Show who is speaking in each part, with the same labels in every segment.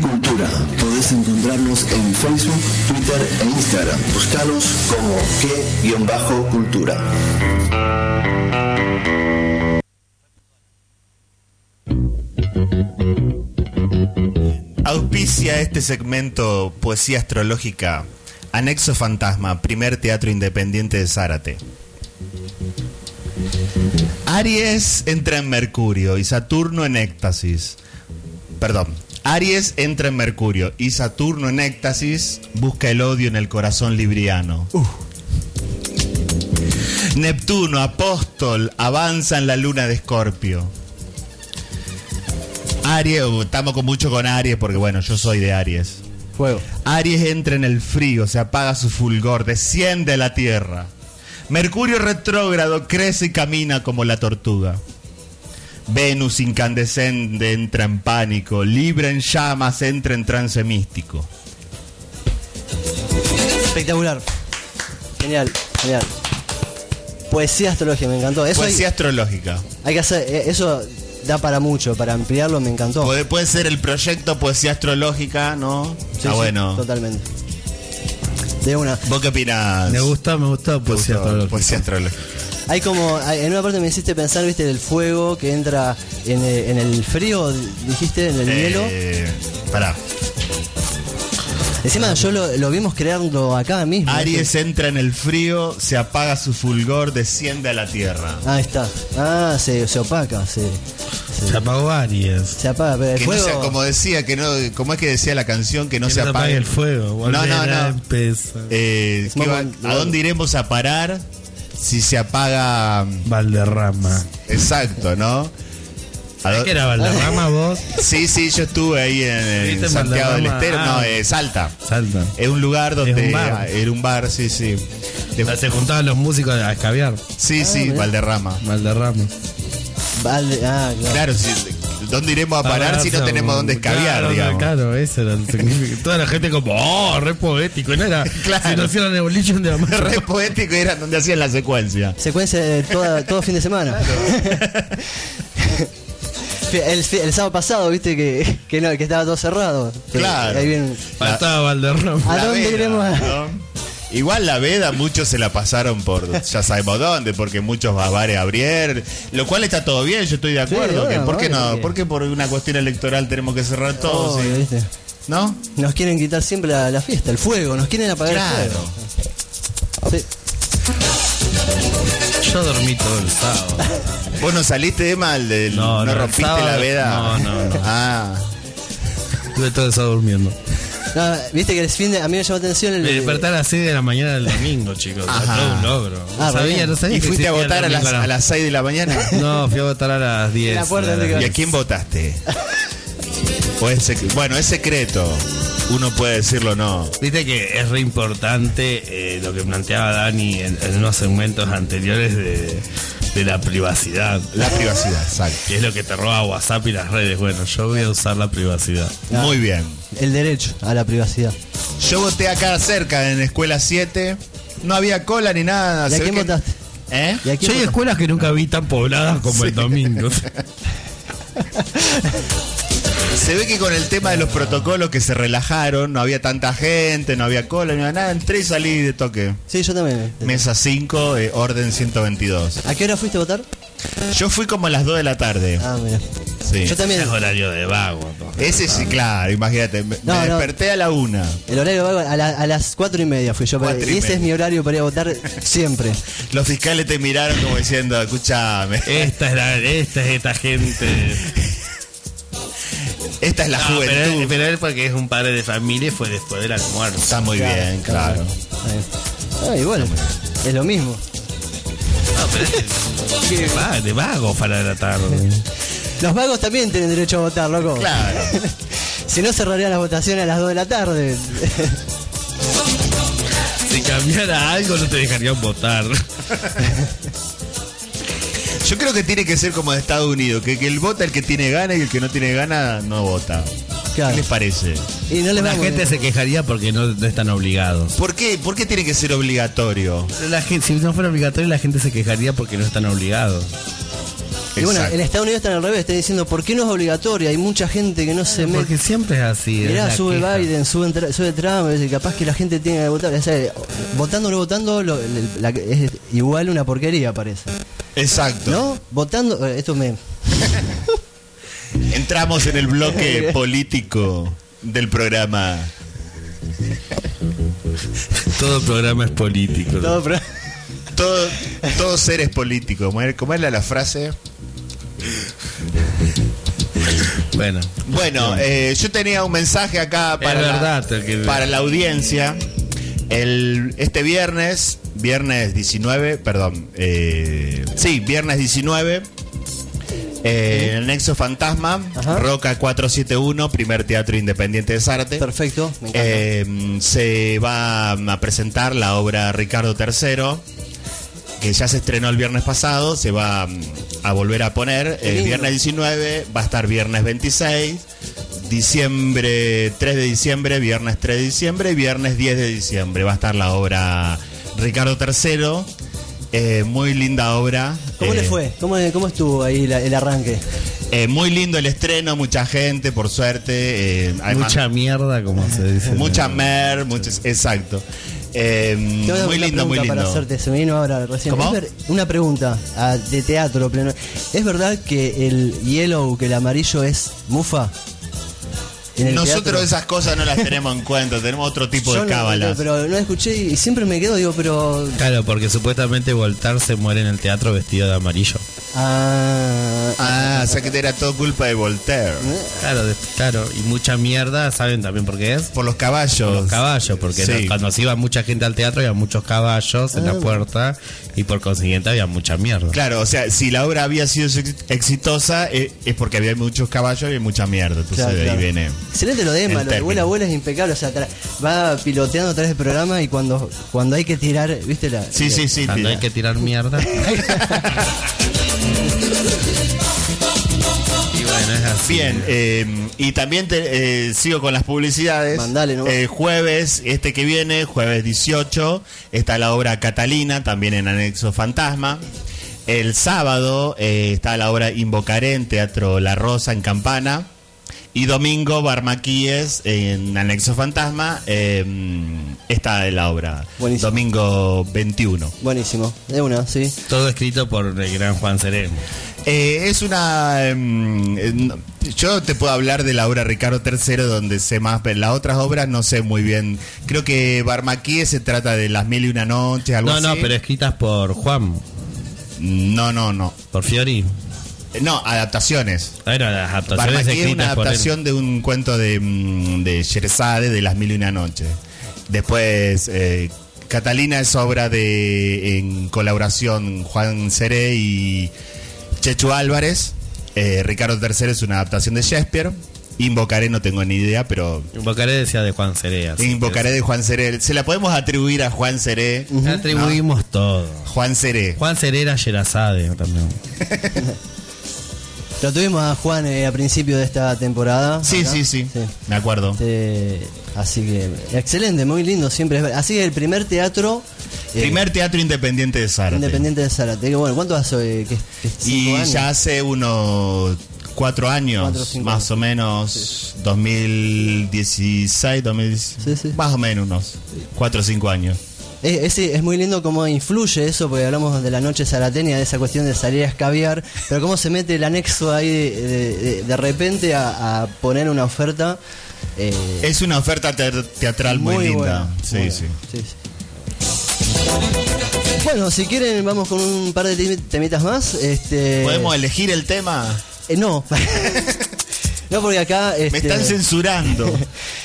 Speaker 1: Podcast. Podés encontrarnos en Facebook, Twitter e Instagram. Buscanos como que-cultura.
Speaker 2: Auspicia este segmento Poesía Astrológica, Anexo Fantasma, primer teatro independiente de Zárate. Aries entra en Mercurio y Saturno en éxtasis. Perdón. Aries entra en Mercurio y Saturno en éxtasis busca el odio en el corazón libriano. Neptuno, apóstol, avanza en la luna de Escorpio. Aries, uh, estamos con mucho con Aries porque bueno, yo soy de Aries.
Speaker 3: Fuego.
Speaker 2: Aries entra en el frío, se apaga su fulgor, desciende a la tierra. Mercurio retrógrado crece y camina como la tortuga. Venus incandescente entra en pánico, Libra en llamas entra en trance místico.
Speaker 3: Espectacular. Genial, genial. Poesía astrológica, me encantó. Eso hay-
Speaker 2: Poesía astrológica.
Speaker 3: hay, que hacer, eh, eso da para mucho, para ampliarlo me encantó.
Speaker 2: Puede, puede ser el proyecto Poesía Astrológica, ¿no?
Speaker 3: Oh. Sí,
Speaker 2: Está
Speaker 3: sí,
Speaker 2: bueno.
Speaker 3: Totalmente. De una.
Speaker 2: ¿Vos qué opinás?
Speaker 4: Me gusta, me gusta
Speaker 2: ¿Te
Speaker 4: poesía
Speaker 2: gustó?
Speaker 4: astrológica.
Speaker 2: Poesía astrológica.
Speaker 3: Hay como, hay- en una parte me hiciste pensar, viste, del fuego que entra en el, en el frío, dijiste, en el hielo.
Speaker 2: Eh, pará.
Speaker 3: Encima yo lo, lo vimos crearlo acá mismo.
Speaker 2: Aries entra en el frío, se apaga su fulgor, desciende a la tierra.
Speaker 3: Ahí está. Ah, se, se opaca, se, se,
Speaker 4: Se apagó Aries.
Speaker 3: se apaga, pero el
Speaker 2: Que no
Speaker 3: fuego.
Speaker 2: sea, como decía, que no, como es que decía la canción, que no
Speaker 4: Que
Speaker 2: se apague
Speaker 4: el fuego.
Speaker 2: No, no, no.
Speaker 4: Empieza.
Speaker 2: Eh,
Speaker 3: Smoke
Speaker 2: ¿qué va-
Speaker 3: and-
Speaker 2: ¿A dónde iremos a parar si se apaga?
Speaker 4: Valderrama.
Speaker 2: Exacto, ¿no? ¿A dó-
Speaker 4: ¿Qué era Valderrama vos?
Speaker 2: Sí, sí, yo estuve ahí en, en
Speaker 4: ¿Viste en
Speaker 2: Santiago del
Speaker 4: Valderrama?
Speaker 2: Estero. No,
Speaker 4: Ah.
Speaker 2: eh, Salta.
Speaker 4: Salta.
Speaker 2: Es un lugar donde ah,
Speaker 4: un bar. Ah,
Speaker 2: era un bar, sí, sí. De-
Speaker 4: Se juntaban los músicos a escabiar.
Speaker 2: sí, sí,
Speaker 3: mirá.
Speaker 2: Valderrama.
Speaker 4: Valderrama.
Speaker 3: Vale, ah, claro.
Speaker 2: Claro, sí, ¿dónde iremos a parar si no
Speaker 4: Abrazo.
Speaker 2: tenemos dónde escabiar,
Speaker 4: claro,
Speaker 2: digamos?
Speaker 4: Claro, ese era el significado. Toda la gente como, oh, re poético. No era,
Speaker 2: Claro.
Speaker 4: si no hicieran Evolution de Amar.
Speaker 2: Re poético era donde hacían la secuencia.
Speaker 3: Secuencia de eh, toda, todo fin de semana. el, fi- el sábado pasado, viste, que, que, no, que estaba todo cerrado. Pero
Speaker 2: Claro.
Speaker 3: Ahí viene-
Speaker 4: Faltaba Valderrama.
Speaker 3: ¿A
Speaker 2: La
Speaker 3: dónde
Speaker 2: Veda,
Speaker 3: iremos a-
Speaker 2: ¿no? Igual la veda muchos se la pasaron por ya sabemos dónde, porque muchos bares abrieron, lo cual está todo bien, yo estoy de acuerdo.
Speaker 3: bueno,
Speaker 2: que ¿Por qué
Speaker 3: bueno,
Speaker 2: no?
Speaker 3: porque-
Speaker 2: ¿Por qué por una cuestión electoral tenemos que cerrar todo?
Speaker 3: Obvio,
Speaker 2: Oh, sí?
Speaker 3: Oh, ¿viste?
Speaker 2: ¿No?
Speaker 3: Nos quieren quitar siempre la, la fiesta, el fuego, nos quieren apagar el
Speaker 2: Claro.
Speaker 3: fuego. Sí.
Speaker 4: Yo dormí todo el sábado.
Speaker 2: Vos no saliste de mal, del- no,
Speaker 4: No, no, el
Speaker 2: rompiste
Speaker 4: sábado-
Speaker 2: la veda.
Speaker 4: no, no, no.
Speaker 2: Ah,
Speaker 4: Estuve todo el sábado durmiendo.
Speaker 3: No, viste que el fin de, a mí me llamó atención el.
Speaker 4: Me desperté a las 6 de la mañana del domingo, chicos.
Speaker 2: Ajá.
Speaker 4: Ajá. Todo un logro.
Speaker 3: Ah,
Speaker 4: no sabía,
Speaker 3: bien.
Speaker 4: no sabía.
Speaker 2: ¿Y
Speaker 4: que
Speaker 2: fuiste a
Speaker 4: existía el
Speaker 2: votar a las,
Speaker 4: domingo
Speaker 2: a las 6 de la mañana?
Speaker 4: No, fui a votar a las 10.
Speaker 3: La puerta de-
Speaker 2: ¿Y a quién votaste? O es sec- bueno, es secreto. Uno puede decirlo o no.
Speaker 4: Viste que es re importante eh, lo que planteaba Dani en, en unos segmentos anteriores de, de la privacidad.
Speaker 2: La privacidad, exacto.
Speaker 4: Que es lo que te roba WhatsApp y las redes. Bueno, yo voy a usar la privacidad.
Speaker 2: Muy bien.
Speaker 3: El derecho a la privacidad.
Speaker 2: Yo voté acá cerca, en Escuela 7. No había cola ni nada.
Speaker 3: ¿Y a
Speaker 2: Ah, se ve
Speaker 3: quién
Speaker 2: que-
Speaker 3: votaste?
Speaker 2: ¿Eh?
Speaker 3: ¿Y a quién
Speaker 4: Yo hay
Speaker 3: votaste?
Speaker 4: escuelas que nunca vi tan pobladas como el domingo.
Speaker 2: Se ve que con el tema de los protocolos que se relajaron, no había tanta gente, no había cola, ni nada. Entré y salí de toque.
Speaker 3: Sí, yo también.
Speaker 2: Mesa 5, eh, orden 122.
Speaker 3: ¿A qué hora fuiste a votar?
Speaker 2: Yo fui como a las 2 de la tarde.
Speaker 3: Ah, mira.
Speaker 2: Sí.
Speaker 3: Yo también.
Speaker 4: es horario de vago. ¿no?
Speaker 2: Ese sí, claro, imagínate. Me,
Speaker 3: No,
Speaker 2: me
Speaker 3: no.
Speaker 2: desperté a la 1.
Speaker 3: El horario va a, la- a las cuatro y media fui yo. pero-
Speaker 2: Cuatro y
Speaker 3: y ese
Speaker 2: media.
Speaker 3: es mi horario para ir a votar siempre.
Speaker 2: Los fiscales te miraron como diciendo, escúchame,
Speaker 4: Esta es la, esta es esta gente.
Speaker 2: esta es la
Speaker 4: No,
Speaker 2: juventud.
Speaker 4: pero, él, pero él porque es un padre de familia y fue después del almuerzo.
Speaker 2: Está muy
Speaker 3: Claro,
Speaker 2: bien, claro.
Speaker 3: Ahí. Ah, y bueno, es lo mismo.
Speaker 4: No, pero es de, va- de vago para la tarde.
Speaker 3: Los vagos también tienen derecho a votar, loco.
Speaker 2: Claro.
Speaker 3: si no, cerrarían las votaciones a las 2 de la tarde.
Speaker 4: Si cambiara algo no te dejarían votar.
Speaker 2: Yo creo que tiene que ser como de Estados Unidos, que, que el vota el que tiene ganas y el que no tiene ganas no vota.
Speaker 3: Claro.
Speaker 2: ¿Qué les parece?
Speaker 3: y no les va
Speaker 4: La
Speaker 3: muy
Speaker 4: gente
Speaker 3: bien.
Speaker 4: se quejaría porque no, no están obligados.
Speaker 2: ¿Por qué? ¿Por qué tiene que ser obligatorio?
Speaker 4: La gen- si no fuera obligatorio la gente se quejaría porque no están obligados.
Speaker 3: Y bueno,
Speaker 2: Exacto.
Speaker 3: en Estados Unidos están al revés, están diciendo, ¿por qué no es obligatoria? Hay mucha gente que no se mete.
Speaker 4: Porque siempre es así. es
Speaker 3: Mirá,
Speaker 4: la
Speaker 3: sube
Speaker 4: queja.
Speaker 3: Biden, sube, Tra- sube Trump, es decir, capaz que la gente tiene que votar. O sea, votando o no votando, lo- la- la- es igual una porquería, parece.
Speaker 2: Exacto.
Speaker 3: ¿No? Votando, eh, esto me...
Speaker 2: Entramos en el bloque político del programa.
Speaker 4: Todo programa es político.
Speaker 3: No, pero-
Speaker 2: Todo, todo ser es político. ¿Cómo era- ¿Cómo era la frase?
Speaker 4: Bueno.
Speaker 2: Bueno, eh, yo tenía un mensaje acá para, la-
Speaker 4: verdad, que-
Speaker 2: para la audiencia. El, este viernes, viernes 19, perdón, eh, sí, viernes 19, eh, en el Nexo Fantasma,
Speaker 3: Ajá.
Speaker 2: Roca 471, primer teatro independiente de Zárate.
Speaker 3: Perfecto, me encanta.
Speaker 2: Eh, se va a presentar la obra Ricardo III, que ya se estrenó el viernes pasado, se va mm, a volver a poner
Speaker 3: Qué
Speaker 2: el
Speaker 3: lindo.
Speaker 2: viernes 19, va a estar viernes 26, diciembre 3 de diciembre, viernes 3 de diciembre y viernes 10 de diciembre. Va a estar la obra Ricardo III. eh, muy linda obra.
Speaker 3: ¿Cómo le
Speaker 2: eh,
Speaker 3: fue? ¿Cómo, cómo estuvo ahí la- el arranque?
Speaker 2: eh, muy lindo el estreno, mucha gente, por suerte. eh, además-
Speaker 4: Mucha mierda, como se dice.
Speaker 2: Mucha mer, muchas, exacto. Eh,
Speaker 3: Tengo
Speaker 2: muy
Speaker 3: una
Speaker 2: lindo, muy
Speaker 3: pregunta
Speaker 2: lindo.
Speaker 3: Para hacerte, se me vino ahora recién.
Speaker 2: ¿Cómo?
Speaker 3: Es ver- una pregunta ah, de teatro pleno. ¿Es verdad que el yellow, que el amarillo es mufa? En el
Speaker 2: Nosotros
Speaker 3: teatro?
Speaker 2: esas cosas no las tenemos en cuenta, tenemos otro tipo de
Speaker 3: Yo no-
Speaker 2: cábalas.
Speaker 3: pero no escuché y siempre me quedo, digo, pero.
Speaker 4: Claro, porque supuestamente Voltaire se muere en el teatro vestido de amarillo.
Speaker 3: Ah,
Speaker 2: Ah, o sea que era todo culpa de Voltaire.
Speaker 4: Claro, de- claro. Y mucha mierda, ¿saben también por qué es?
Speaker 2: Por los caballos.
Speaker 4: Los caballos, porque
Speaker 2: Sí.
Speaker 4: no- cuando se iba mucha gente al teatro había muchos caballos
Speaker 3: Ah.
Speaker 4: en la puerta y por consiguiente había mucha mierda.
Speaker 2: Claro, o sea, si la obra había sido ex- exitosa eh, es porque había muchos caballos y mucha mierda. Entonces
Speaker 3: claro,
Speaker 2: de ahí
Speaker 3: claro.
Speaker 2: viene.
Speaker 3: Excelente lo de Emma,
Speaker 2: el
Speaker 3: lo de abuela
Speaker 2: término.
Speaker 3: abuela es impecable, o sea, tra- va piloteando a través del programa y cuando, cuando hay que tirar, ¿viste la?
Speaker 2: Sí, sí, sí.
Speaker 4: Cuando hay
Speaker 2: tira.
Speaker 4: que tirar mierda. y bueno, es así.
Speaker 2: Bien, eh, y también te- eh, sigo con las publicidades.
Speaker 3: Mandale, ¿no?
Speaker 2: Eh, jueves, este que viene, jueves 18, está la obra Catalina, también en Anexo Fantasma. El sábado eh, está la obra Invocaré en Teatro La Rosa en Campana. Y domingo, Barmaquíes en Anexo Fantasma. eh, está la obra.
Speaker 3: Buenísimo.
Speaker 2: Domingo 21.
Speaker 3: Buenísimo, de una, sí.
Speaker 4: Todo escrito por el gran Juan Sereno.
Speaker 2: Eh, es una. em, eh, no- yo te puedo hablar de la obra Ricardo III, donde sé más, pero las otras obras no sé muy bien. Creo que Barmaquí se trata de Las Mil y Una Noches, algo
Speaker 4: No,
Speaker 2: así.
Speaker 4: no, pero escritas por Juan,
Speaker 2: No, no, no.
Speaker 4: por Fiori.
Speaker 2: Eh, No, adaptaciones.
Speaker 4: Bueno, las adaptaciones
Speaker 2: Barmaquí es una
Speaker 4: escritas por él.
Speaker 2: adaptación de un cuento de, mm, de Sherazade, de Las Mil y Una Noches. Después. eh, Catalina es obra de en colaboración Juan Seré y Chechu Álvarez. Eh, Ricardo III es una adaptación de Shakespeare. Invocaré, no tengo ni idea, pero
Speaker 4: Invocaré decía de Juan Cerea.
Speaker 2: Invocaré de Juan Seré. Se la podemos atribuir a Juan Seré.
Speaker 4: Atribuimos todo.
Speaker 2: Juan Seré.
Speaker 4: Juan Cerera Yerazade también.
Speaker 3: Lo tuvimos a Juan eh, a principio de esta temporada.
Speaker 2: Sí,
Speaker 3: acá.
Speaker 2: sí, sí, Me acuerdo.
Speaker 3: Este, así que, excelente, muy lindo siempre. es ver- Así que el primer teatro eh,
Speaker 2: Primer teatro independiente de Zárate.
Speaker 3: independiente de Zárate. Que bueno, ¿cuánto hace? eh, que- que
Speaker 2: Y
Speaker 3: cinco años?
Speaker 2: ya hace unos cuatro años,
Speaker 3: Cuatro, cinco
Speaker 2: más o menos, 2016, 2017,
Speaker 3: Sí, sí.
Speaker 2: más o menos unos cuatro o cinco años.
Speaker 3: Es, es- es muy lindo cómo influye eso, porque hablamos de la noche zarateña, de esa cuestión de salir a escabiar, pero cómo se mete el anexo ahí de, de- de- de repente a, a poner una oferta. eh,
Speaker 2: Es una oferta te- teatral muy, linda.
Speaker 3: buena,
Speaker 2: sí,
Speaker 3: muy
Speaker 2: sí.
Speaker 3: buena, sí. Bueno, si quieren vamos con un par de temi- temitas más. Este,
Speaker 2: ¿Podemos elegir el tema?
Speaker 3: eh, no. no, porque acá...
Speaker 2: Me
Speaker 3: este,
Speaker 2: están censurando.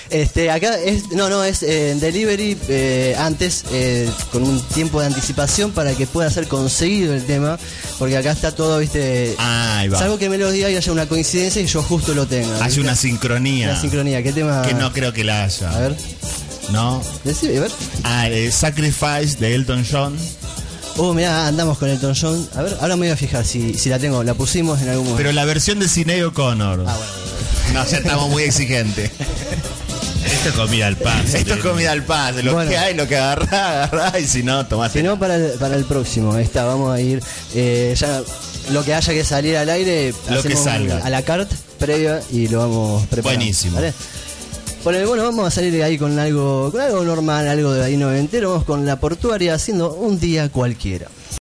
Speaker 3: Este, acá es, no, no, es eh, delivery eh, antes, eh, con un tiempo de anticipación para que pueda ser conseguido el tema, porque acá está todo, viste,
Speaker 2: Ahí Ah, va.
Speaker 3: salvo que melodía y haya una coincidencia y yo justo lo tenga.
Speaker 2: Hay
Speaker 3: ¿viste?
Speaker 2: una sincronía.
Speaker 3: Una sincronía, ¿qué tema?
Speaker 2: Que no creo que la haya.
Speaker 3: A ver,
Speaker 2: ¿No?
Speaker 3: decime, a ver.
Speaker 2: Ah, eh, Sacrifice de Elton John.
Speaker 3: Oh, mirá, andamos con Elton John. A ver, ahora me voy a fijar si, si la tengo, la pusimos en algún momento.
Speaker 2: Pero la versión de Cineo O'Connor.
Speaker 3: Ah, bueno, bueno,
Speaker 2: No, ya estamos muy exigentes.
Speaker 4: Esto es comida al paz.
Speaker 2: Esto es comida al pan, lo
Speaker 3: Bueno.
Speaker 2: que hay, lo que agarrá, agarrá, y si no, tomate.
Speaker 3: Si no, para el, para el próximo, ahí está, vamos a ir. eh, ya lo que haya que salir al aire,
Speaker 2: Lo
Speaker 3: hacemos
Speaker 2: que salga.
Speaker 3: un- a la carta previa y lo vamos preparando.
Speaker 2: Buenísimo.
Speaker 3: ¿vale? Bueno, y bueno, vamos a salir ahí con algo, con algo normal, algo de ahí noventero, vamos con la portuaria haciendo un día cualquiera.